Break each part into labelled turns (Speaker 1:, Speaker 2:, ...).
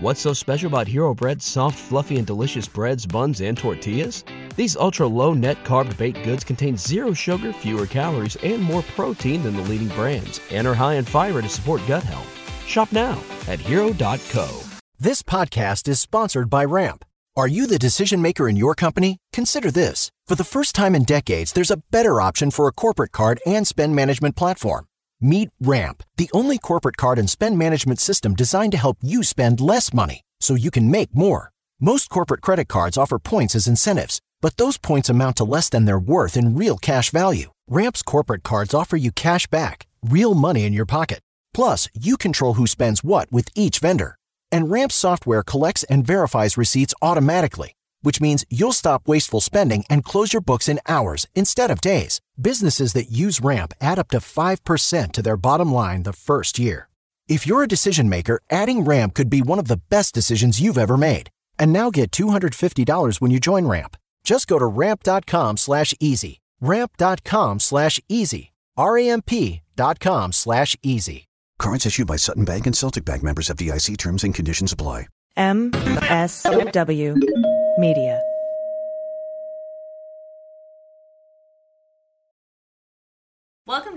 Speaker 1: What's so special about Hero Bread's soft, fluffy, and delicious breads, buns, and tortillas? These ultra low net carb baked goods contain zero sugar, fewer calories, and more protein than the leading brands, and are high in fiber to support gut health. Shop now at hero.co.
Speaker 2: This podcast is sponsored by Ramp. Are you the decision maker in your company? Consider this. For the first time in decades, there's a better option for a corporate card and spend management platform. Meet Ramp, the only corporate card and spend management system designed to help you spend less money so you can make more. Most corporate credit cards offer points as incentives, but those points amount to less than their worth in real cash value. Ramp's corporate cards offer you cash back, real money in your pocket. Plus, you control who spends what with each vendor. And Ramp software collects and verifies receipts automatically, which means you'll stop wasteful spending and close your books in hours instead of days. Businesses that use Ramp add up to 5% to their bottom line the first year. If you're a decision maker, adding Ramp could be one of the best decisions you've ever made. And now get $250 when you join Ramp. Just go to ramp.com slash easy. Ramp.com slash easy. R-A-M-P dot com slash easy.
Speaker 3: Cards issued by Sutton Bank and Celtic Bank members of DIC terms and conditions apply.
Speaker 4: MSW Media.
Speaker 5: Welcome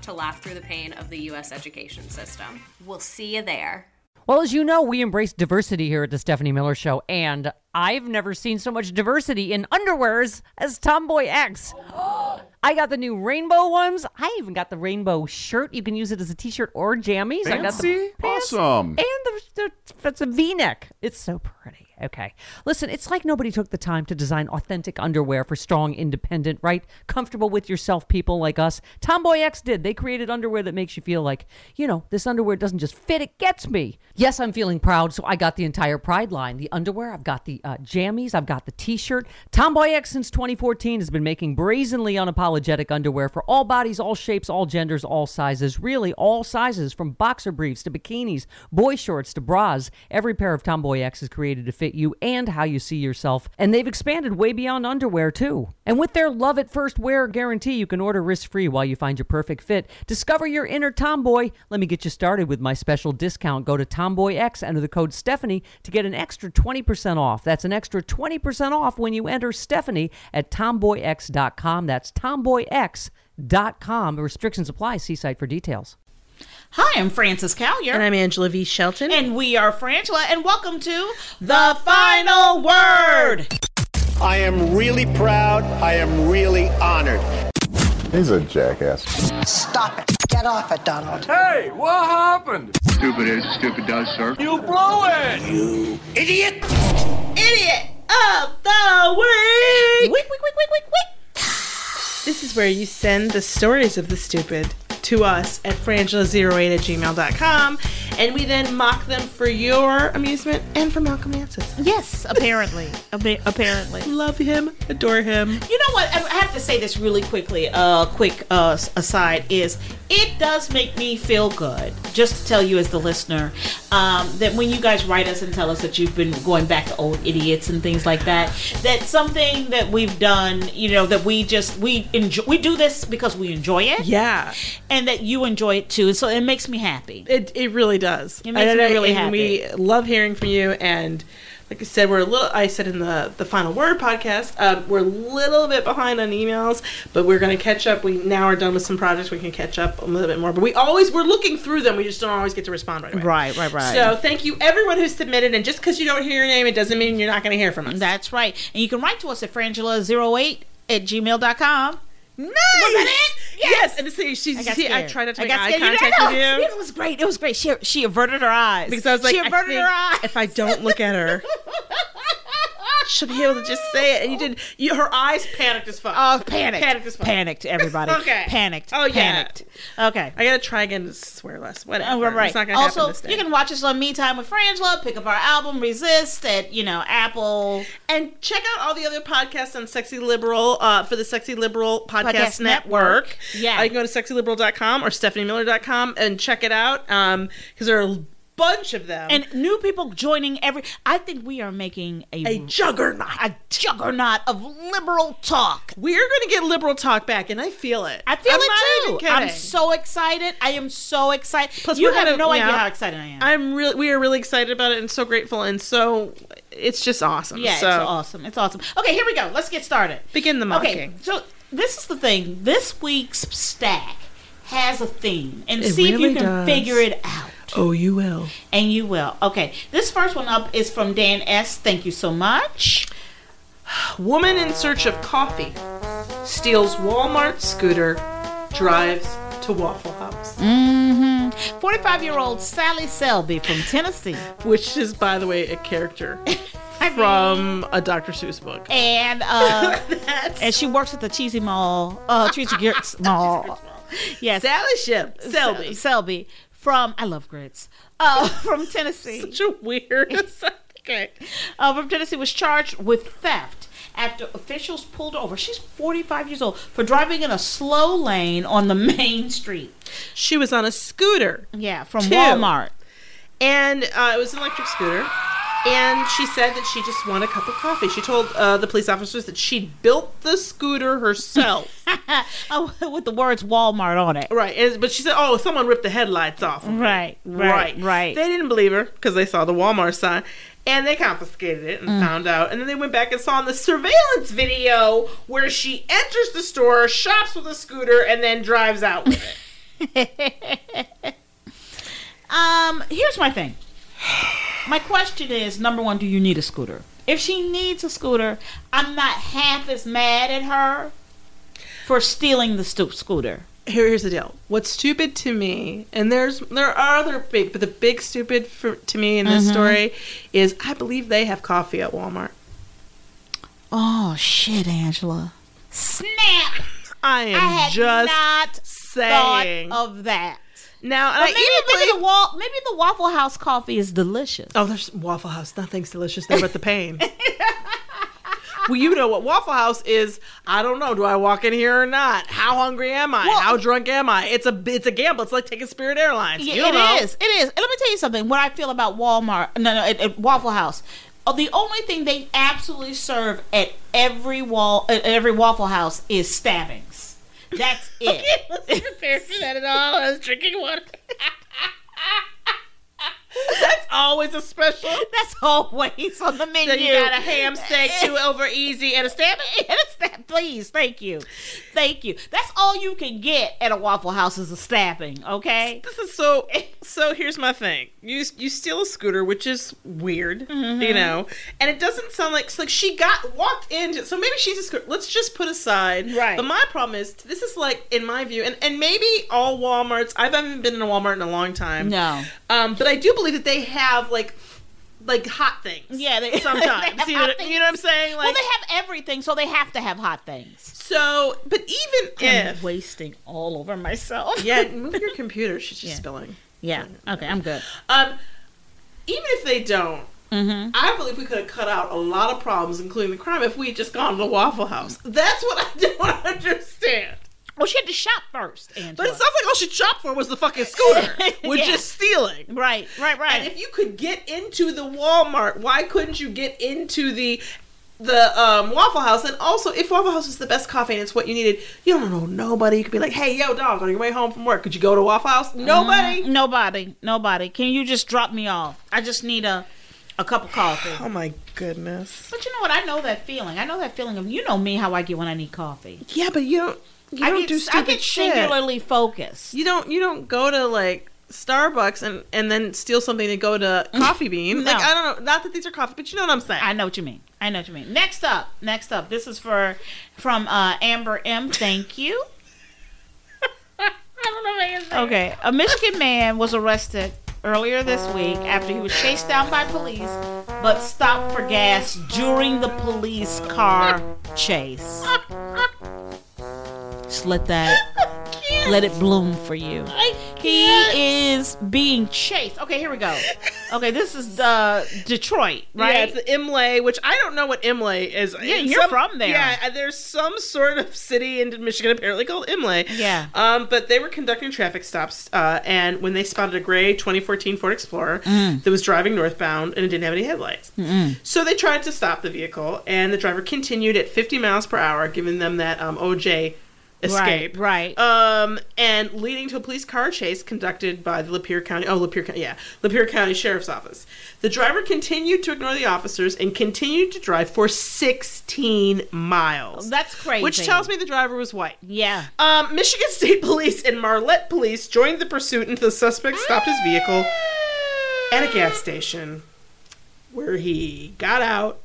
Speaker 5: to laugh through the pain of the U.S. education system. We'll see you there.
Speaker 6: Well, as you know, we embrace diversity here at the Stephanie Miller Show, and I've never seen so much diversity in underwears as Tomboy X. I got the new rainbow ones. I even got the rainbow shirt. You can use it as a t-shirt or jammies. I got the
Speaker 7: Fancy? Awesome.
Speaker 6: And the, the, that's a V-neck. It's so pretty. Okay, listen. It's like nobody took the time to design authentic underwear for strong, independent, right, comfortable with yourself people like us. Tomboy X did. They created underwear that makes you feel like, you know, this underwear doesn't just fit; it gets me. Yes, I'm feeling proud, so I got the entire Pride line: the underwear, I've got the uh, jammies, I've got the T-shirt. Tomboy X since 2014 has been making brazenly unapologetic underwear for all bodies, all shapes, all genders, all sizes, really all sizes, from boxer briefs to bikinis, boy shorts to bras. Every pair of Tomboy X is created to fit you and how you see yourself. And they've expanded way beyond underwear, too. And with their love at first wear guarantee, you can order risk free while you find your perfect fit. Discover your inner tomboy. Let me get you started with my special discount. Go to Tomboy X, enter the code Stephanie to get an extra 20% off. That's an extra 20% off when you enter Stephanie at tomboyx.com. That's tomboyx.com. Restrictions apply. See site for details.
Speaker 8: Hi, I'm Frances Callier.
Speaker 4: And I'm Angela V. Shelton.
Speaker 8: And we are Frangela, and welcome to The Final Word.
Speaker 9: I am really proud. I am really honored.
Speaker 10: He's a jackass.
Speaker 11: Stop it. Get off it, Donald.
Speaker 9: Hey, what happened?
Speaker 12: Stupid is, stupid does, sir.
Speaker 9: You blew it! You idiot!
Speaker 8: Idiot of the Week. Week, week, week, week, week, week.
Speaker 4: this is where you send the stories of the stupid to us at frangela08 at gmail.com, and we then mock them for your amusement and for Malcolm Nance's.
Speaker 8: Yes, apparently. apparently.
Speaker 4: Love him, adore him.
Speaker 8: You know what? I I have to say this really quickly. Uh, quick uh, s- aside is it does make me feel good. Just to tell you as the listener um, that when you guys write us and tell us that you've been going back to old idiots and things like that, that something that we've done, you know, that we just we enjoy. We do this because we enjoy it,
Speaker 4: Yeah,
Speaker 8: and that you enjoy it too. So it makes me happy.
Speaker 4: it, it really does.
Speaker 8: It makes me really
Speaker 4: and We love hearing from you, and like I said, we're a little. I said in the the final word podcast, um, we're a little bit behind on emails, but we're gonna catch up. We now are done with some projects. We can catch up a little bit more, but we always we're looking through them. We just don't always get to respond right away.
Speaker 8: Right, right, right.
Speaker 4: So thank you everyone who submitted, and just because you don't hear your name, it doesn't mean you're not gonna hear from us.
Speaker 8: That's right. And you can write to us at frangela08 at gmail.com.
Speaker 4: nice.
Speaker 8: that it?
Speaker 4: Yes.
Speaker 8: Yes.
Speaker 4: and see, she's. I,
Speaker 8: got
Speaker 4: see, I
Speaker 8: scared.
Speaker 4: tried not to
Speaker 8: I
Speaker 4: make
Speaker 8: got
Speaker 4: eye
Speaker 8: scared. You know,
Speaker 4: contact
Speaker 8: I
Speaker 4: with
Speaker 8: know.
Speaker 4: you.
Speaker 8: It was great. It was great. She she averted her eyes
Speaker 4: because I was like,
Speaker 8: she
Speaker 4: I
Speaker 8: averted
Speaker 4: think
Speaker 8: her eyes.
Speaker 4: if I don't look at her, should be able to just say it. And you did. You, her eyes panicked as fuck.
Speaker 8: Oh, panicked.
Speaker 4: Panicked as fuck.
Speaker 8: Panicked, everybody.
Speaker 4: okay.
Speaker 8: Panicked.
Speaker 4: Oh, yeah.
Speaker 8: Panicked. Okay.
Speaker 4: I gotta try again to swear less. Whatever.
Speaker 8: Oh, right.
Speaker 4: It's not gonna happen
Speaker 8: also,
Speaker 4: this day.
Speaker 8: you can watch us on Me Time with Frangela. Pick up our album Resist at you know Apple.
Speaker 4: And check out all the other podcasts on Sexy Liberal uh, for the Sexy Liberal Podcast,
Speaker 8: Podcast
Speaker 4: Network.
Speaker 8: Network. Yeah.
Speaker 4: Uh, you can go to sexyliberal.com or stephaniemiller.com and check it out because there are a bunch of them.
Speaker 8: and new people joining every. I think we are making a
Speaker 4: a juggernaut.
Speaker 8: a juggernaut of liberal talk.
Speaker 4: We're going to get liberal talk back, and I feel it.
Speaker 8: I feel
Speaker 4: I'm
Speaker 8: it
Speaker 4: not
Speaker 8: too.
Speaker 4: even
Speaker 8: I'm
Speaker 4: kidding.
Speaker 8: so excited. I am so excited.
Speaker 4: Plus,
Speaker 8: you
Speaker 4: we're
Speaker 8: have
Speaker 4: gonna-
Speaker 8: no
Speaker 4: yeah.
Speaker 8: idea how excited I am.
Speaker 4: I'm really, we are really excited about it and so grateful and so, it's just awesome.
Speaker 8: yeah,
Speaker 4: so,
Speaker 8: it's awesome. It's awesome. Okay, here we go. Let's get started.
Speaker 4: Begin the mocking.
Speaker 8: Okay, so this is the thing. This week's stack has a theme, and
Speaker 4: It
Speaker 8: see if
Speaker 4: really
Speaker 8: you can
Speaker 4: does.
Speaker 8: figure it out.
Speaker 4: Oh, you will.
Speaker 8: And you will. Okay, this first one up is from Dan S. Thank you so much.
Speaker 4: Woman in search of coffee steals Walmart scooter, drives to Waffle House.
Speaker 8: 45 year old Sally Selby from Tennessee.
Speaker 4: Which is, by the way, a character from a Dr. Seuss book.
Speaker 8: And uh, and she works at the Cheesy Mall, uh, Cheesy Grits Mall. Yes,
Speaker 4: Sally Ship, Selby.
Speaker 8: Selby from I love grits. Uh, from Tennessee.
Speaker 4: Such a weird. okay.
Speaker 8: uh, from Tennessee was charged with theft after officials pulled over. She's 45 years old for driving in a slow lane on the main street.
Speaker 4: She was on a scooter,
Speaker 8: Yeah, from
Speaker 4: Two.
Speaker 8: Walmart.
Speaker 4: and uh, it was an electric scooter. And she said that she just wanted a cup of coffee. She told uh, the police officers that she built the scooter herself.
Speaker 8: Oh, with the words Walmart on it.
Speaker 4: right. And, but she said, oh, someone ripped the headlights off. of it."
Speaker 8: Right, right, right.
Speaker 4: They didn't believe her because they saw the Walmart sign. And they confiscated it and found out. And then they went back and saw on the surveillance video where she enters the store, shops with a scooter, and then drives out with it.
Speaker 8: Um, here's my thing. My question is number one, do you need a scooter? If she needs a scooter, I'm not half as mad at her for stealing the stoop scooter.
Speaker 4: Here, here's the deal. What's stupid to me, and there's there are other big, but the big stupid for, to me in this story is I believe they have coffee at Walmart.
Speaker 8: Oh shit, Angela. Snap!
Speaker 4: I am
Speaker 8: I had
Speaker 4: just
Speaker 8: not
Speaker 4: saying
Speaker 8: thought of that.
Speaker 4: now, and
Speaker 8: But
Speaker 4: I
Speaker 8: maybe,
Speaker 4: even
Speaker 8: maybe
Speaker 4: believe-
Speaker 8: the wall, maybe the Waffle House coffee is delicious.
Speaker 4: Oh, there's Waffle House. Nothing's delicious there but the pain. well, you know what Waffle House is. I don't know. Do I walk in here or not? How hungry am I?
Speaker 8: Well-
Speaker 4: How drunk am I? It's a it's a gamble. It's like taking Spirit Airlines.
Speaker 8: Yeah,
Speaker 4: you don't
Speaker 8: it
Speaker 4: know.
Speaker 8: is. It is. And let me tell you something. What I feel about Walmart, no, no, at, at Waffle House, uh, the only thing they absolutely serve at every wall, at every Waffle House is stabbings. That's it.
Speaker 4: wasn't prepared for that at all. I was drinking water. That's always a special.
Speaker 8: That's always on the menu.
Speaker 4: So you got a ham steak, two over easy, and a stabbing.
Speaker 8: And a stab- Please, thank you, thank you. That's all you can get at a Waffle House is a stabbing. Okay.
Speaker 4: This is so. So here's my thing. You you steal a scooter, which is weird,
Speaker 8: Mm-hmm.
Speaker 4: you know, and it doesn't sound like it's like she got walked into. So maybe she's a scooter. Let's just put aside.
Speaker 8: Right.
Speaker 4: But my problem is this is like in my view, and and maybe all WalMarts. I haven't been in a Walmart in a long time.
Speaker 8: No.
Speaker 4: Um, but I do believe that they have like like hot things.
Speaker 8: Yeah, they-
Speaker 4: sometimes.
Speaker 8: they have
Speaker 4: you, know,
Speaker 8: hot things.
Speaker 4: you know what I'm saying?
Speaker 8: Well,
Speaker 4: Like
Speaker 8: they have everything, so they have to have hot things.
Speaker 4: so. But even
Speaker 8: I'm
Speaker 4: if
Speaker 8: wasting all over myself.
Speaker 4: yeah, move your computer. She's just spilling.
Speaker 8: Yeah. Okay, I'm good.
Speaker 4: Um, even if they don't.
Speaker 8: Mm-hmm.
Speaker 4: I believe we could have cut out a lot of problems, including the crime, if we had just gone to the Waffle House. That's what I don't understand.
Speaker 8: Well, she had to shop first, Angela.
Speaker 4: But it sounds like all she shopped for was the fucking scooter, which
Speaker 8: Yeah.
Speaker 4: is stealing.
Speaker 8: right, right, right.
Speaker 4: And if you could get into the Walmart, why couldn't you get into the the um, Waffle House? And also, if Waffle House is the best coffee and it's what you needed, you don't know nobody. You could be like, "Hey, yo, dog, on your way home from work, could you go to Waffle House?"
Speaker 8: Mm-hmm.
Speaker 4: Nobody.
Speaker 8: nobody, nobody. Can you just drop me off? I just need a a cup of coffee.
Speaker 4: Oh my goodness.
Speaker 8: But you know what? I know that feeling. I know that feeling of you know me how I get when I need coffee.
Speaker 4: Yeah, but you don't. You
Speaker 8: I
Speaker 4: don't
Speaker 8: get,
Speaker 4: do
Speaker 8: I
Speaker 4: stupid
Speaker 8: get
Speaker 4: shit.
Speaker 8: singularly focused.
Speaker 4: You don't. You don't go to like Starbucks and and then steal something to go to Coffee Bean.
Speaker 8: Mm. No.
Speaker 4: Like I don't know. Not that these are coffee, but you know what I'm saying.
Speaker 8: I know what you mean. I know what you mean. Next up, next up. This is for from uh, Amber M. Thank you. Okay, a Michigan man was arrested earlier this week after he was chased down by police but stopped for gas during the police car chase. Just let that, let it bloom for you. He is being chased. Okay, here we go. Okay, this is uh, Detroit, right?
Speaker 4: Yeah, it's the Imlay, which I don't know what Imlay is.
Speaker 8: Yeah, you're from there.
Speaker 4: Yeah, uh, there's some sort of city in Michigan apparently called Imlay.
Speaker 8: Yeah.
Speaker 4: Um, but they were conducting traffic stops, uh, and when they spotted a gray 2014 Ford Explorer
Speaker 8: Mm.
Speaker 4: that was driving northbound and it didn't have any headlights.
Speaker 8: Mm-mm.
Speaker 4: So they tried to stop the vehicle, and the driver continued at 50 miles per hour, giving them that um, OJ escape.
Speaker 8: Right.
Speaker 4: Um, and leading to a police car chase conducted by the Lapeer County. Oh, Lapeer County. Yeah, Lapeer County Sheriff's Office. The driver continued to ignore the officers and continued to drive for 16 miles.
Speaker 8: That's crazy.
Speaker 4: Which tells me the driver was white.
Speaker 8: Yeah.
Speaker 4: Um, Michigan State Police and Marlette Police joined the pursuit until the suspect stopped his vehicle at a gas station where he got out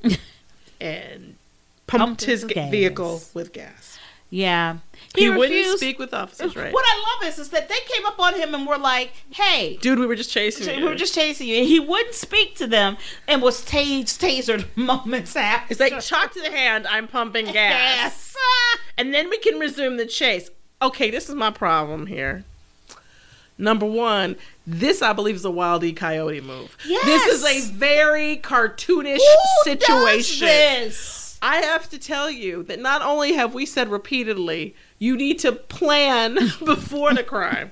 Speaker 4: and pumped,
Speaker 8: Pumped
Speaker 4: his
Speaker 8: his
Speaker 4: ga-
Speaker 8: gas.
Speaker 4: vehicle with gas.
Speaker 8: Yeah.
Speaker 4: He, wouldn't
Speaker 8: refused-
Speaker 4: speak with officers, right?
Speaker 8: What I love is, is that they came up on him and were like, "Hey,
Speaker 4: Dude, we were just chasing
Speaker 8: we
Speaker 4: you.
Speaker 8: were just chasing you," and he wouldn't speak to them, and was tas- tasered moments after.
Speaker 4: It's like chalk to the hand. I'm pumping gas, and then we can resume the chase. Okay, this is my problem here. Number one, this I believe is a Wild E. Coyote move. This is
Speaker 8: Yes.
Speaker 4: a very cartoonish
Speaker 8: Who does
Speaker 4: situation.
Speaker 8: this?
Speaker 4: I have to tell you that not only have we said repeatedly, you need to plan before the crime,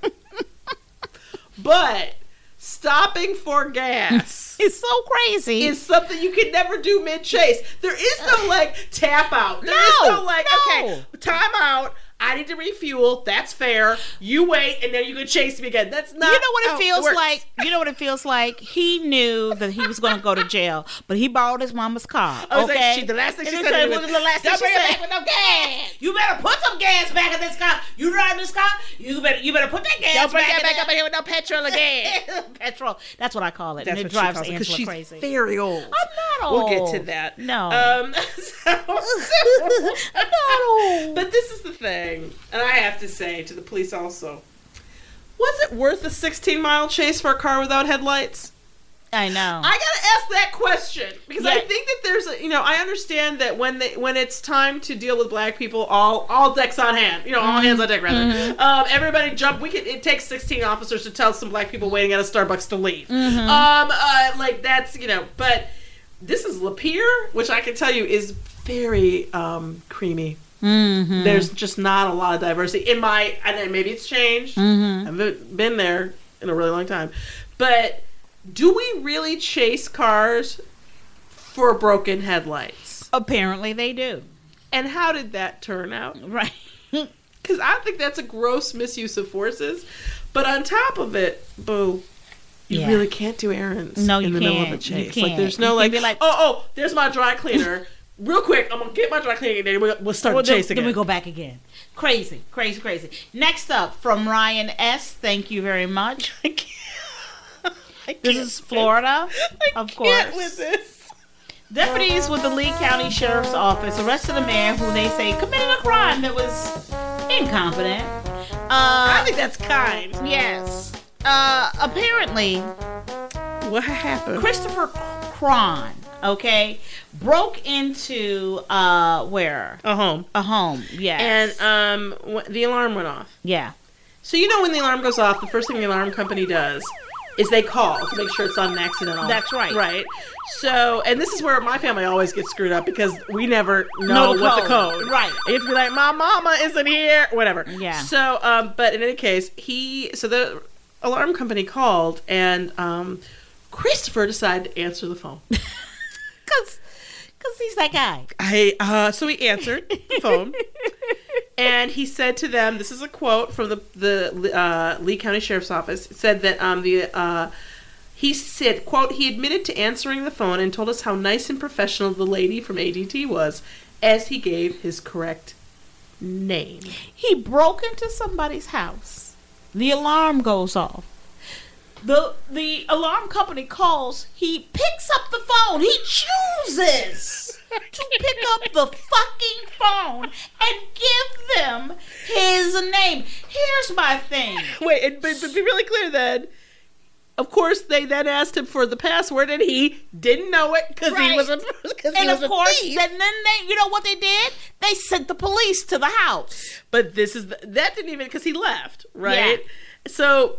Speaker 4: but stopping for gas
Speaker 8: is so crazy.
Speaker 4: Is something you can never do mid chase. There is no like tap out. There is
Speaker 8: No,
Speaker 4: no, like okay, time out. I need to refuel. That's fair. You wait, and then you can chase me again. That's not.
Speaker 8: you know what
Speaker 4: how
Speaker 8: oh, it feels
Speaker 4: works.
Speaker 8: like. You know what it feels like. He knew that he was going to go to jail, but he borrowed his mama's car.
Speaker 4: I was
Speaker 8: okay,
Speaker 4: like, she, the last thing she
Speaker 8: And
Speaker 4: said
Speaker 8: he
Speaker 4: to me
Speaker 8: "What
Speaker 4: was,
Speaker 8: was the last thing
Speaker 4: "Don't
Speaker 8: she
Speaker 4: bring her
Speaker 8: said?"
Speaker 4: back with no gas.
Speaker 8: You better put some gas back in this car. You drive this car. You better you better put that gas
Speaker 4: Don't bring
Speaker 8: back,
Speaker 4: that
Speaker 8: in
Speaker 4: back
Speaker 8: there.
Speaker 4: up in here with no petrol again.
Speaker 8: petrol. That's what I call it.
Speaker 4: That's
Speaker 8: and
Speaker 4: what
Speaker 8: it
Speaker 4: she
Speaker 8: drives
Speaker 4: calls it, 'cause
Speaker 8: Angela
Speaker 4: she's
Speaker 8: crazy.
Speaker 4: very old.
Speaker 8: I'm not
Speaker 4: We'll
Speaker 8: old.
Speaker 4: get to that.
Speaker 8: No.
Speaker 4: Um, so- But this is the thing, and I have to say to the police also was it worth a 16 mile chase for a car without headlights?
Speaker 8: I know.
Speaker 4: I gotta ask that question because I
Speaker 8: Yeah.
Speaker 4: think that there's a you know I understand that when they when it's time to deal with black people all all decks on hand you know all hands on deck rather
Speaker 8: Mhm.
Speaker 4: um, everybody jump we can it takes 16 officers to tell some black people waiting at a Starbucks to leave
Speaker 8: Mhm.
Speaker 4: um uh, like that's you know but this is Lapeer which I can tell you is very um creamy
Speaker 8: Mhm.
Speaker 4: there's just not a lot of diversity in my and then maybe it's changed
Speaker 8: Mhm.
Speaker 4: I've been there in a really long time. But do we really chase cars for broken headlights?
Speaker 8: Apparently they do.
Speaker 4: And how did that turn out?
Speaker 8: Right.
Speaker 4: Because I think that's a gross misuse of forces. But on top of it, boo, you
Speaker 8: Yeah.
Speaker 4: really can't do errands
Speaker 8: No, you
Speaker 4: in the middle of a
Speaker 8: can't. You
Speaker 4: chase. Like,
Speaker 8: can't.
Speaker 4: there's no
Speaker 8: You
Speaker 4: like,
Speaker 8: can't be like-
Speaker 4: oh, oh, there's my dry cleaner. Real quick, I'm going to get my dry cleaner and then we'll, we'll start
Speaker 8: Well, then-
Speaker 4: chasing
Speaker 8: Then we go back again. Crazy, crazy, crazy. Next up from Ryan S. Thank you very much. this is Florida, of course.
Speaker 4: with this.
Speaker 8: Deputies with the Lee County Sheriff's Office arrested a man who they say committed a crime that was incompetent. Uh, I
Speaker 4: think that's kind.
Speaker 8: Yes. Uh, apparently, Uh,
Speaker 4: what happened?
Speaker 8: Christopher Cron, okay, broke into uh where
Speaker 4: a home,
Speaker 8: a home. Yes.
Speaker 4: And um, wh- the alarm went off.
Speaker 8: yeah.
Speaker 4: So you know when the alarm goes off, the first thing the alarm company does is they call to make sure it's not an accidental.
Speaker 8: That's right.
Speaker 4: Right. So, and this is where my family always gets screwed up because we never know
Speaker 8: Know the
Speaker 4: what the
Speaker 8: code.
Speaker 4: code.
Speaker 8: Right.
Speaker 4: If you're like, my mama isn't here, whatever.
Speaker 8: Yeah.
Speaker 4: So, um, but in any case, he so the alarm company called and um, Christopher decided to answer the phone.
Speaker 8: Cause, cause he's that guy.
Speaker 4: I uh, so he answered the phone, and he said to them, "This is a quote from the the uh, Lee County Sheriff's Office." It said that um the uh, he said quote he admitted to answering the phone and told us how nice and professional the lady from ADT was, as he gave his correct name.
Speaker 8: He broke into somebody's house. The alarm goes off. The the alarm company calls. He picks up the phone. He chooses to pick up the fucking phone and give them his name. Here's my thing.
Speaker 4: Wait, and, but, but be really clear then. Of course, they then asked him for the password, and he didn't know it because he
Speaker 8: Right.
Speaker 4: was a because he
Speaker 8: and
Speaker 4: was
Speaker 8: of
Speaker 4: a
Speaker 8: course,
Speaker 4: thief.
Speaker 8: and then they, you know what they did? They sent the police to the house.
Speaker 4: But this is the, that didn't even because he left, right? So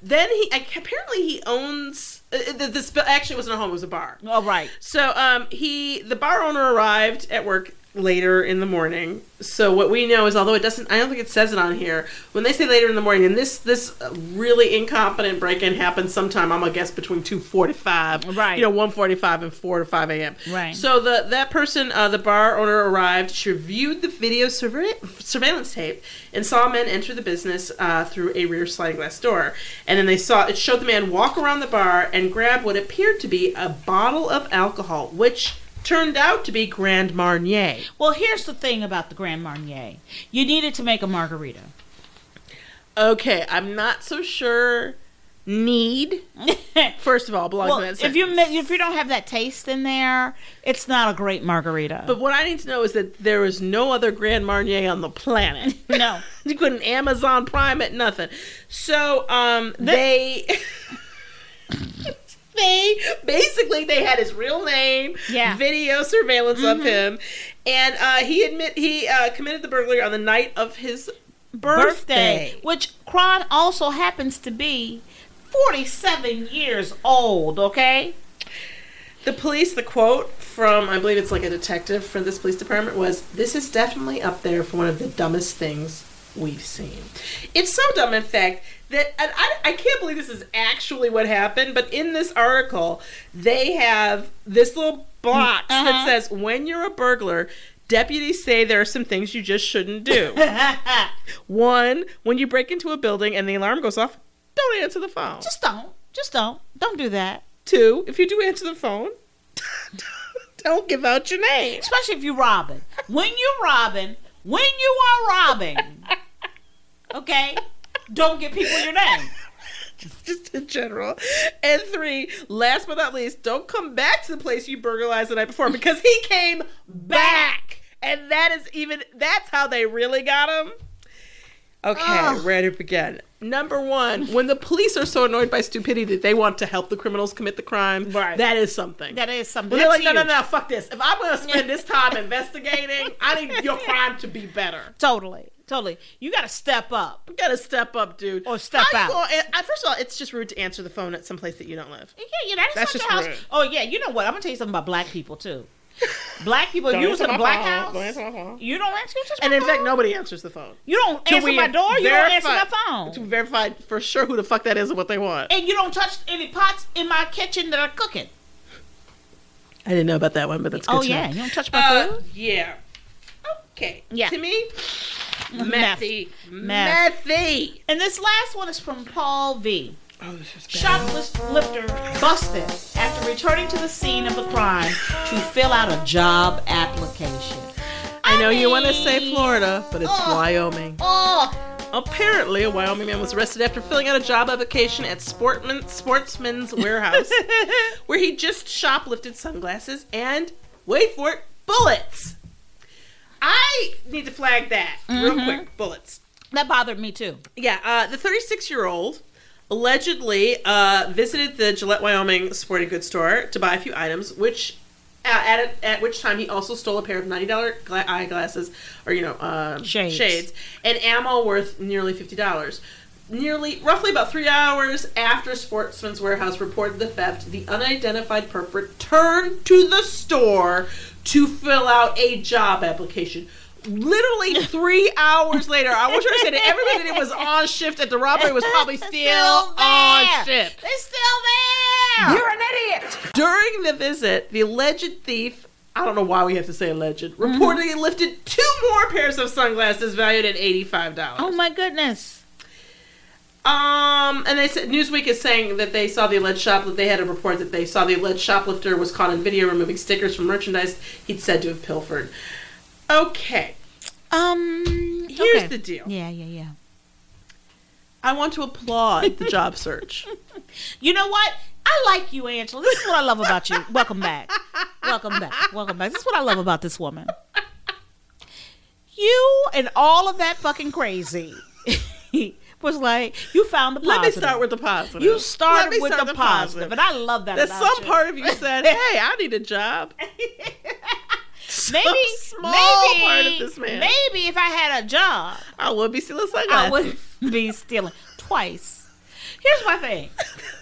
Speaker 4: then he I, apparently he owns uh, uh, this. Actually, it wasn't a home; it was a bar.
Speaker 8: Oh, right.
Speaker 4: So um, he the bar owner arrived at work later in the morning. So what we know is, although it doesn't, I don't think it says it on here. When they say later in the morning, and this this uh, really incompetent break in happened sometime. I'm gonna guess between two forty five,
Speaker 8: Right.
Speaker 4: You know, one forty five and four to five a.m.
Speaker 8: Right.
Speaker 4: So the that person, uh, the bar owner, arrived. She reviewed the video surve- surveillance tape and saw men enter the business uh, through a rear sliding glass door. And then they saw it showed the man walk around the bar and grab what appeared to be a bottle of alcohol, which turned out to be Grand Marnier.
Speaker 8: Well, here's the thing about the Grand Marnier. You needed to make a margarita.
Speaker 4: Okay, I'm not so sure. Need first of all belongs
Speaker 8: Well,
Speaker 4: in that
Speaker 8: if you mi- if you don't have that taste in there, it's not a great margarita.
Speaker 4: But what I need to know is that there is no other Grand Marnier on the planet.
Speaker 8: No.
Speaker 4: you couldn't Amazon Prime it, nothing. So um, they. They basically they had his real name,
Speaker 8: Yeah.
Speaker 4: video surveillance of him, and uh, he admit he uh, committed the burglary on the night of his
Speaker 8: birthday,
Speaker 4: birthday.
Speaker 8: which Kron also happens to be 47 years old, okay?
Speaker 4: The police, the quote from, I believe it's like a detective from this police department was, This is definitely up there for one of the dumbest things we've seen. It's so dumb, in fact, that, and I, I can't believe this is actually what happened, but in this article, they have this little box that says, When you're a burglar, Deputies say there are some things you just shouldn't do. One, when you break into a building and the alarm goes off, don't answer the phone.
Speaker 8: Just don't. Just don't. Don't do that.
Speaker 4: Two, if you do answer the phone, don't give out your name.
Speaker 8: Especially if you're robbing. When you're robbing, when you are robbing, okay? Don't give people your name.
Speaker 4: Just in general. And three, last but not least, don't come back to the place you burglarized the night before because he came back. And that is even, that's how they really got him. Okay,
Speaker 8: Ugh.
Speaker 4: ready to begin. Number one, when the police are so annoyed by stupidity that they want to help the criminals commit the crime,
Speaker 8: Right.
Speaker 4: that is something.
Speaker 8: That is something.
Speaker 4: Well, they're
Speaker 8: That's
Speaker 4: like, no, no,
Speaker 8: huge.
Speaker 4: no, fuck this. If I'm going to spend this time investigating, I need your crime to be better.
Speaker 8: Totally. Totally. You got to step up.
Speaker 4: You gotta step up, dude.
Speaker 8: Or step
Speaker 4: How you
Speaker 8: out.
Speaker 4: gonna- and, uh, first of all, it's just rude to answer the phone at some place that you don't live.
Speaker 8: Yeah, yeah, that is
Speaker 4: That's
Speaker 8: not
Speaker 4: just
Speaker 8: your house.
Speaker 4: rude.
Speaker 8: Oh, yeah. You know what? I'm going to tell you something about black people, too. Black people,
Speaker 4: Don't
Speaker 8: you was
Speaker 4: answer
Speaker 8: in
Speaker 4: my
Speaker 8: a black
Speaker 4: phone.
Speaker 8: house.
Speaker 4: Don't answer my phone.
Speaker 8: You don't answer just
Speaker 4: And
Speaker 8: my
Speaker 4: in fact,
Speaker 8: phone.
Speaker 4: nobody answers the phone.
Speaker 8: You don't
Speaker 4: Till
Speaker 8: answer
Speaker 4: we
Speaker 8: my door. You don't
Speaker 4: verify-
Speaker 8: answer my phone.
Speaker 4: To verify for sure who the fuck that is and what they want.
Speaker 8: and you don't touch any pots in my kitchen that are cooking.
Speaker 4: I didn't know about that one, but that's good
Speaker 8: Oh
Speaker 4: to
Speaker 8: yeah,
Speaker 4: know.
Speaker 8: you don't touch my
Speaker 4: Uh,
Speaker 8: food.
Speaker 4: yeah. Okay.
Speaker 8: Yeah.
Speaker 4: To me,
Speaker 8: Meth.
Speaker 4: methy,
Speaker 8: Meth.
Speaker 4: methy.
Speaker 8: And this last one is from Paul V.
Speaker 4: Oh, this is bad.
Speaker 8: Shoplifter busted after returning to the scene of the crime to fill out a job application.
Speaker 4: I know you want to say
Speaker 8: mean-
Speaker 4: Florida, but it's
Speaker 8: Ugh.
Speaker 4: Wyoming.
Speaker 8: Oh,
Speaker 4: Apparently, a Wyoming man was arrested after filling out a job application at Sportman, Sportsman's Warehouse, where he just shoplifted sunglasses and, wait for it, bullets. I need to flag that real quick. Bullets.
Speaker 8: that bothered me too.
Speaker 4: Yeah, uh, the 36 year old allegedly uh, visited the Gillette, Wyoming sporting goods store to buy a few items, which uh, at, at which time he also stole a pair of $90 gla- eyeglasses or, you know, uh,
Speaker 8: Shades.
Speaker 4: and ammo worth nearly $50. Nearly, roughly about three hours after Sportsman's Warehouse reported the theft, the unidentified pervert turned to the store to fill out a job application. Literally three hours later, I want you to understand that everybody that was on shift at the robbery was probably still, on
Speaker 8: there.
Speaker 4: shift.
Speaker 8: They're still there. You're an idiot.
Speaker 4: During the visit, the alleged thief, I don't know why we have to say alleged, reportedly lifted two more pairs of sunglasses valued at $85.
Speaker 8: Oh my goodness.
Speaker 4: Um, and they said Newsweek is saying that they saw the alleged shoplift. They had a report that they saw the alleged shoplifter was caught in video removing stickers from merchandise he'd said to have pilfered. Okay,
Speaker 8: Um.
Speaker 4: here's
Speaker 8: okay.
Speaker 4: the deal.
Speaker 8: Yeah, yeah, yeah.
Speaker 4: I want to applaud the job search.
Speaker 8: You know what? I like you, Angela. This is what I love about you. Welcome back. Welcome back. Welcome back. This is what I love about this woman. You and all of that fucking crazy. was like, you found the
Speaker 4: Let
Speaker 8: positive.
Speaker 4: me start with the positive.
Speaker 8: You
Speaker 4: Let
Speaker 8: started
Speaker 4: me
Speaker 8: with
Speaker 4: start
Speaker 8: the, positive, and I love that.
Speaker 4: That
Speaker 8: about
Speaker 4: some
Speaker 8: you.
Speaker 4: part of you said, "Hey, I need a job."
Speaker 8: maybe,
Speaker 4: small
Speaker 8: maybe,
Speaker 4: part of this man.
Speaker 8: Maybe if I had a job,
Speaker 4: I would be stealing
Speaker 8: I
Speaker 4: sunglasses.
Speaker 8: would be stealing twice. Here's my thing.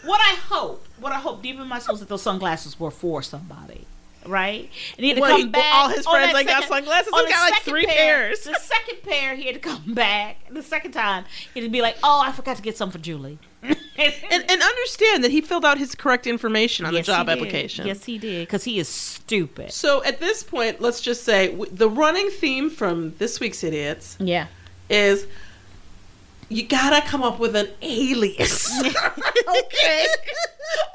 Speaker 8: What I hope, what I hope deep in my soul is that those sunglasses were for somebody. Right? And he had to
Speaker 4: Well,
Speaker 8: come
Speaker 4: he-
Speaker 8: back.
Speaker 4: all his
Speaker 8: on
Speaker 4: friends
Speaker 8: that
Speaker 4: like got
Speaker 8: second-
Speaker 4: sunglasses.
Speaker 8: on
Speaker 4: He
Speaker 8: the
Speaker 4: got, like,
Speaker 8: second
Speaker 4: three
Speaker 8: pair-
Speaker 4: pairs.
Speaker 8: The second pair, he had to come back. The second time, he had to be like, oh, I forgot to get some for Julie.
Speaker 4: and, and understand that he filled out his correct information on
Speaker 8: Yes,
Speaker 4: the
Speaker 8: he
Speaker 4: job
Speaker 8: did.
Speaker 4: application.
Speaker 8: Yes, he did. Because he is stupid.
Speaker 4: So at this point, let's just say w- the running theme from this week's idiots
Speaker 8: Yeah.
Speaker 4: is you gotta come up with an alias. okay.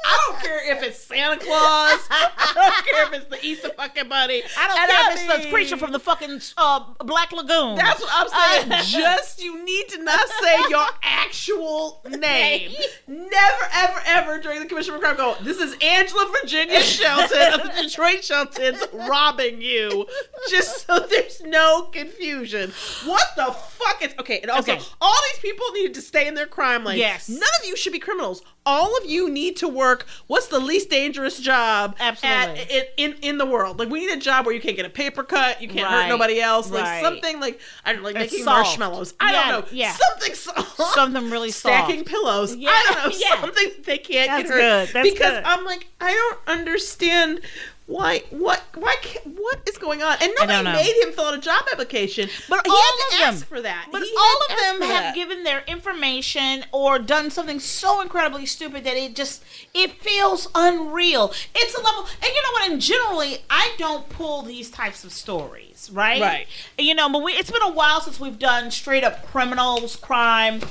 Speaker 4: I don't care if it's Santa Claus. I don't care if it's the Easter fucking bunny.
Speaker 8: I don't
Speaker 4: And
Speaker 8: care
Speaker 4: I
Speaker 8: if it's the
Speaker 4: mean-
Speaker 8: creature from the fucking uh, Black Lagoon.
Speaker 4: That's what I'm saying.
Speaker 8: Uh,
Speaker 4: Just you need to not say your actual name. Never, ever, ever during the commission of crime go, this is Angela Virginia Shelton of the Detroit Sheltons robbing you. Just so there's no confusion. What the fuck is okay, and also
Speaker 8: Okay.
Speaker 4: all these people needed to stay in their crime lane.
Speaker 8: Yes.
Speaker 4: None of you should be criminals. All of you need to work what's the least dangerous job at-
Speaker 8: Absolutely.
Speaker 4: in, in in the world. Like we need a job where you can't get a paper cut, you can't
Speaker 8: Right.
Speaker 4: hurt nobody else. Like
Speaker 8: Right.
Speaker 4: something like I don't know, like
Speaker 8: It's
Speaker 4: making
Speaker 8: soft.
Speaker 4: marshmallows. I
Speaker 8: Yeah,
Speaker 4: don't know.
Speaker 8: yeah.
Speaker 4: Something soft.
Speaker 8: something really soft.
Speaker 4: Stacking pillows.
Speaker 8: Yeah,
Speaker 4: I don't know.
Speaker 8: yeah.
Speaker 4: Something that they can't
Speaker 8: That's
Speaker 4: get hurt.
Speaker 8: good, that's
Speaker 4: because
Speaker 8: good.
Speaker 4: I'm like, I don't understand why what why can't, what is going on? And
Speaker 8: I don't
Speaker 4: nobody
Speaker 8: know.
Speaker 4: made him fill out a job application. But he
Speaker 8: all
Speaker 4: had to
Speaker 8: of
Speaker 4: ask
Speaker 8: them.
Speaker 4: for that.
Speaker 8: But
Speaker 4: He had
Speaker 8: all
Speaker 4: to
Speaker 8: of
Speaker 4: ask
Speaker 8: them
Speaker 4: for
Speaker 8: have
Speaker 4: that.
Speaker 8: given their information or done something so incredibly stupid that it just it feels unreal. It's a level, and you know what? And generally, I don't pull these types of stories, right?
Speaker 4: Right.
Speaker 8: And, You know, but we, it's been a while since we've done straight up criminals, crime,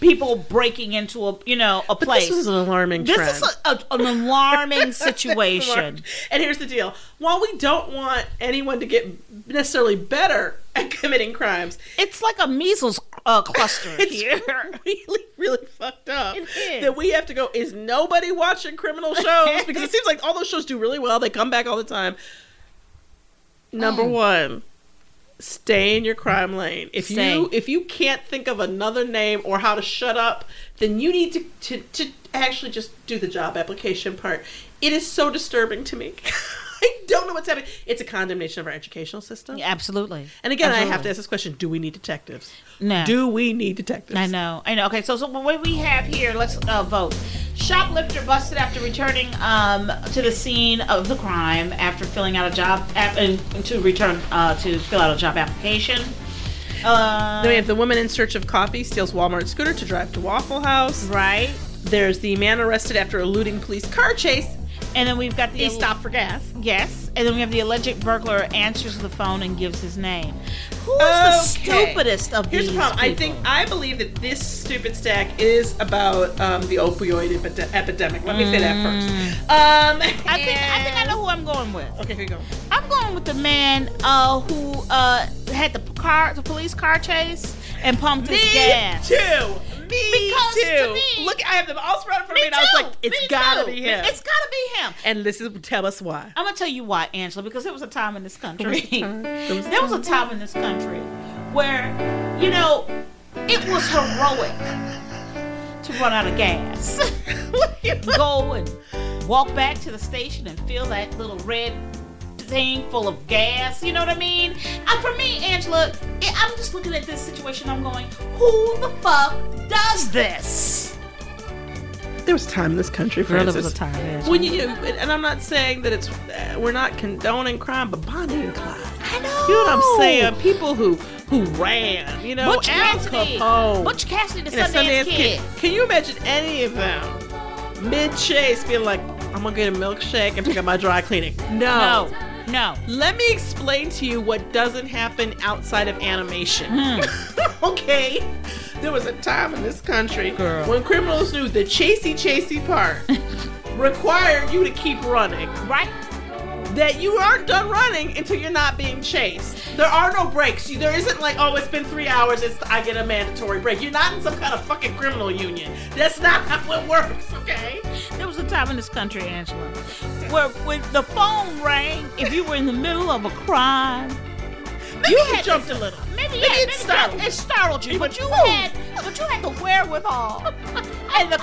Speaker 8: people breaking into a you know a
Speaker 4: But
Speaker 8: place.
Speaker 4: this is an alarming
Speaker 8: This
Speaker 4: trend.
Speaker 8: is a, a- an alarming situation.
Speaker 4: And here's the deal: while we don't want anyone to get necessarily better at committing crimes,
Speaker 8: It's like a measles uh, cluster
Speaker 4: it's
Speaker 8: here.
Speaker 4: really, really fucked up
Speaker 8: It is.
Speaker 4: that we have to go. Is nobody watching criminal shows? Because it seems like all those shows do really well. They come back all the time.
Speaker 8: Mm.
Speaker 4: Number one. Stay in your crime lane. If
Speaker 8: Stay.
Speaker 4: you if you can't think of another name or how to shut up, then you need to, to, to actually just do the job application part. It is so disturbing to me. I don't know what's happening. It's a condemnation of our educational system.
Speaker 8: Absolutely.
Speaker 4: And again, I have
Speaker 8: Absolutely.
Speaker 4: to ask this question: Do we need detectives?
Speaker 8: No.
Speaker 4: Do we need detectives?
Speaker 8: I know, I know. Okay, so, so what we have here, let's uh, vote. Shoplifter busted after returning um, to the scene of the crime after filling out a job app- and to return uh, to fill out a job application. Uh,
Speaker 4: Then we have the woman in search of coffee steals Walmart scooter to drive to Waffle House.
Speaker 8: right,
Speaker 4: There's the man arrested after eluding police car chase.
Speaker 8: and then we've got the
Speaker 4: He stopped for gas.
Speaker 8: Yes, and then we have the alleged burglar answers the phone and gives his name. Who is the
Speaker 4: Okay.
Speaker 8: stupidest of
Speaker 4: Here's
Speaker 8: these?
Speaker 4: the problem. I
Speaker 8: people?
Speaker 4: think I believe that this stupid stack is about um, the opioid epi- epidemic. Let me say that first.
Speaker 8: Um, I think I think I know who I'm going with.
Speaker 4: Okay, here you go.
Speaker 8: I'm going with the man uh, who uh, had the car, the police car chase, and pumped his gas.
Speaker 4: too. Me
Speaker 8: Because
Speaker 4: too.
Speaker 8: to me-
Speaker 4: Look, I have them all spread out for me,
Speaker 8: Me
Speaker 4: and I was
Speaker 8: too.
Speaker 4: like, it's
Speaker 8: Me
Speaker 4: gotta
Speaker 8: too.
Speaker 4: be him.
Speaker 8: It's gotta be him.
Speaker 4: and this is tell us why.
Speaker 8: I'm gonna tell you why, Angela, because there was a time in this country.
Speaker 4: There was a
Speaker 8: there was a time in this country where, you know, it was heroic to run out of gas. Go and walk back to the station and fill that little red thing full of gas. You know what I mean? And for me, Angela, it, I'm just looking at this situation. I'm going, who the fuck does this?
Speaker 4: There was time in this country,
Speaker 8: Girl,
Speaker 4: Francis.
Speaker 8: there was a time, Angela.
Speaker 4: When you, you know, and I'm not saying that it's uh, we're not condoning crime, but Bonnie and Clyde.
Speaker 8: I know.
Speaker 4: You know what I'm saying? People who who ran, you know,
Speaker 8: Butch
Speaker 4: Al
Speaker 8: Cassidy.
Speaker 4: Capone,
Speaker 8: Butch Cassidy, the
Speaker 4: and that
Speaker 8: Sundance
Speaker 4: Sundance
Speaker 8: Kid.
Speaker 4: Can you imagine any of them mid chase being like, "I'm gonna get a milkshake and pick up my dry cleaning"?
Speaker 8: No, no.
Speaker 4: Let me explain to you what doesn't happen outside of animation.
Speaker 8: Hmm.
Speaker 4: okay? There was a time in this country when criminals knew the chasey chasey part required you to keep running.
Speaker 8: Right?
Speaker 4: That you aren't done running until you're not being chased. There are no breaks. You, there isn't like, oh, it's been three hours, it's, I get a mandatory break. You're not in some kind of fucking criminal union. That's not how it works, okay?
Speaker 8: There was a time in this country, Angela, where when the phone rang, if you were in the middle of a crime,
Speaker 4: Maybe you jumped a little.
Speaker 8: maybe maybe, yeah,
Speaker 4: it
Speaker 8: maybe
Speaker 4: startled
Speaker 8: It startled you,
Speaker 4: It
Speaker 8: but
Speaker 4: went,
Speaker 8: you
Speaker 4: "Ooh."
Speaker 8: had, but you had the wherewithal and the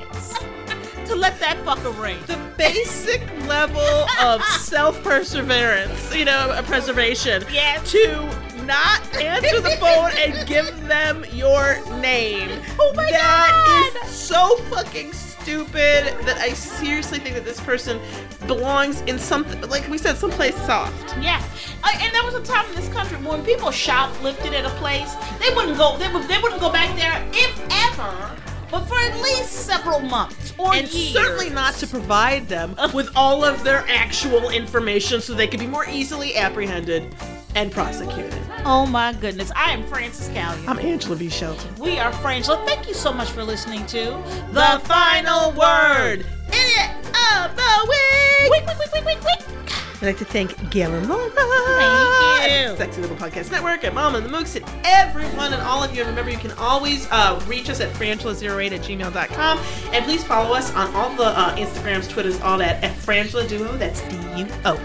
Speaker 8: cojones to let that fucker ring.
Speaker 4: The basic level of self perseverance, you know, uh, preservation.
Speaker 8: Yes.
Speaker 4: To not answer the phone and give them your name. Oh my That is so fucking stupid that I seriously think that this person belongs in something, like we said, someplace soft.
Speaker 8: Yeah, Uh, and there was a time in this country when people shoplifted at a place, they wouldn't go. They would. They wouldn't go back there if ever, but for at least several months or
Speaker 4: and
Speaker 8: years.
Speaker 4: certainly not to provide them with all of their actual information so they could be more easily apprehended and prosecuted.
Speaker 8: Oh my goodness! I am Francis Callion.
Speaker 4: I'm Angela B. Shelton.
Speaker 8: We are Frangela. Thank you so much for listening to
Speaker 4: The Final Word.
Speaker 8: Idiot of the Week. Week, week, week, week, week, week.
Speaker 4: I'd like to thank Gamma Mora.
Speaker 8: Thank you.
Speaker 4: Sexy Little Podcast Network and Mom and the Mooks and everyone and all of you. And remember, you can always uh, reach us at frangela08 at gmail.com. And please follow us on all the uh, Instagrams, Twitters, all that at Frangela Duo. That's D U O.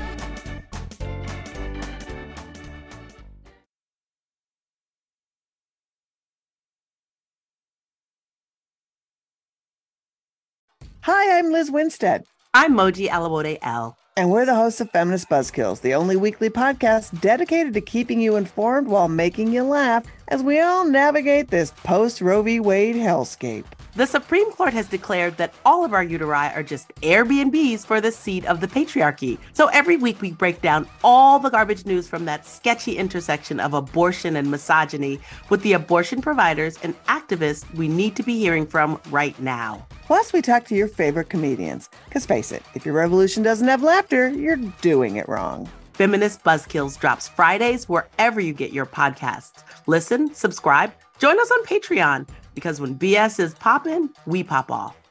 Speaker 7: Hi, I'm Liz Winstead.
Speaker 13: I'm Moji Alawode L.
Speaker 7: And we're the hosts of Feminist Buzzkills, the only weekly podcast dedicated to keeping you informed while making you laugh as we all navigate this post Roe v. Wade hellscape.
Speaker 13: The Supreme Court has declared that all of our uteri are just Airbnbs for the seat of the patriarchy. So every week we break down all the garbage news from that sketchy intersection of abortion and misogyny with the abortion providers and activists we need to be hearing from right now.
Speaker 7: Plus, we talk to your favorite comedians. Because face it, if your revolution doesn't have laughter, you're doing it wrong.
Speaker 13: Feminist Buzzkills drops Fridays wherever you get your podcasts. Listen, subscribe, join us on Patreon because when BS is poppin', we pop off.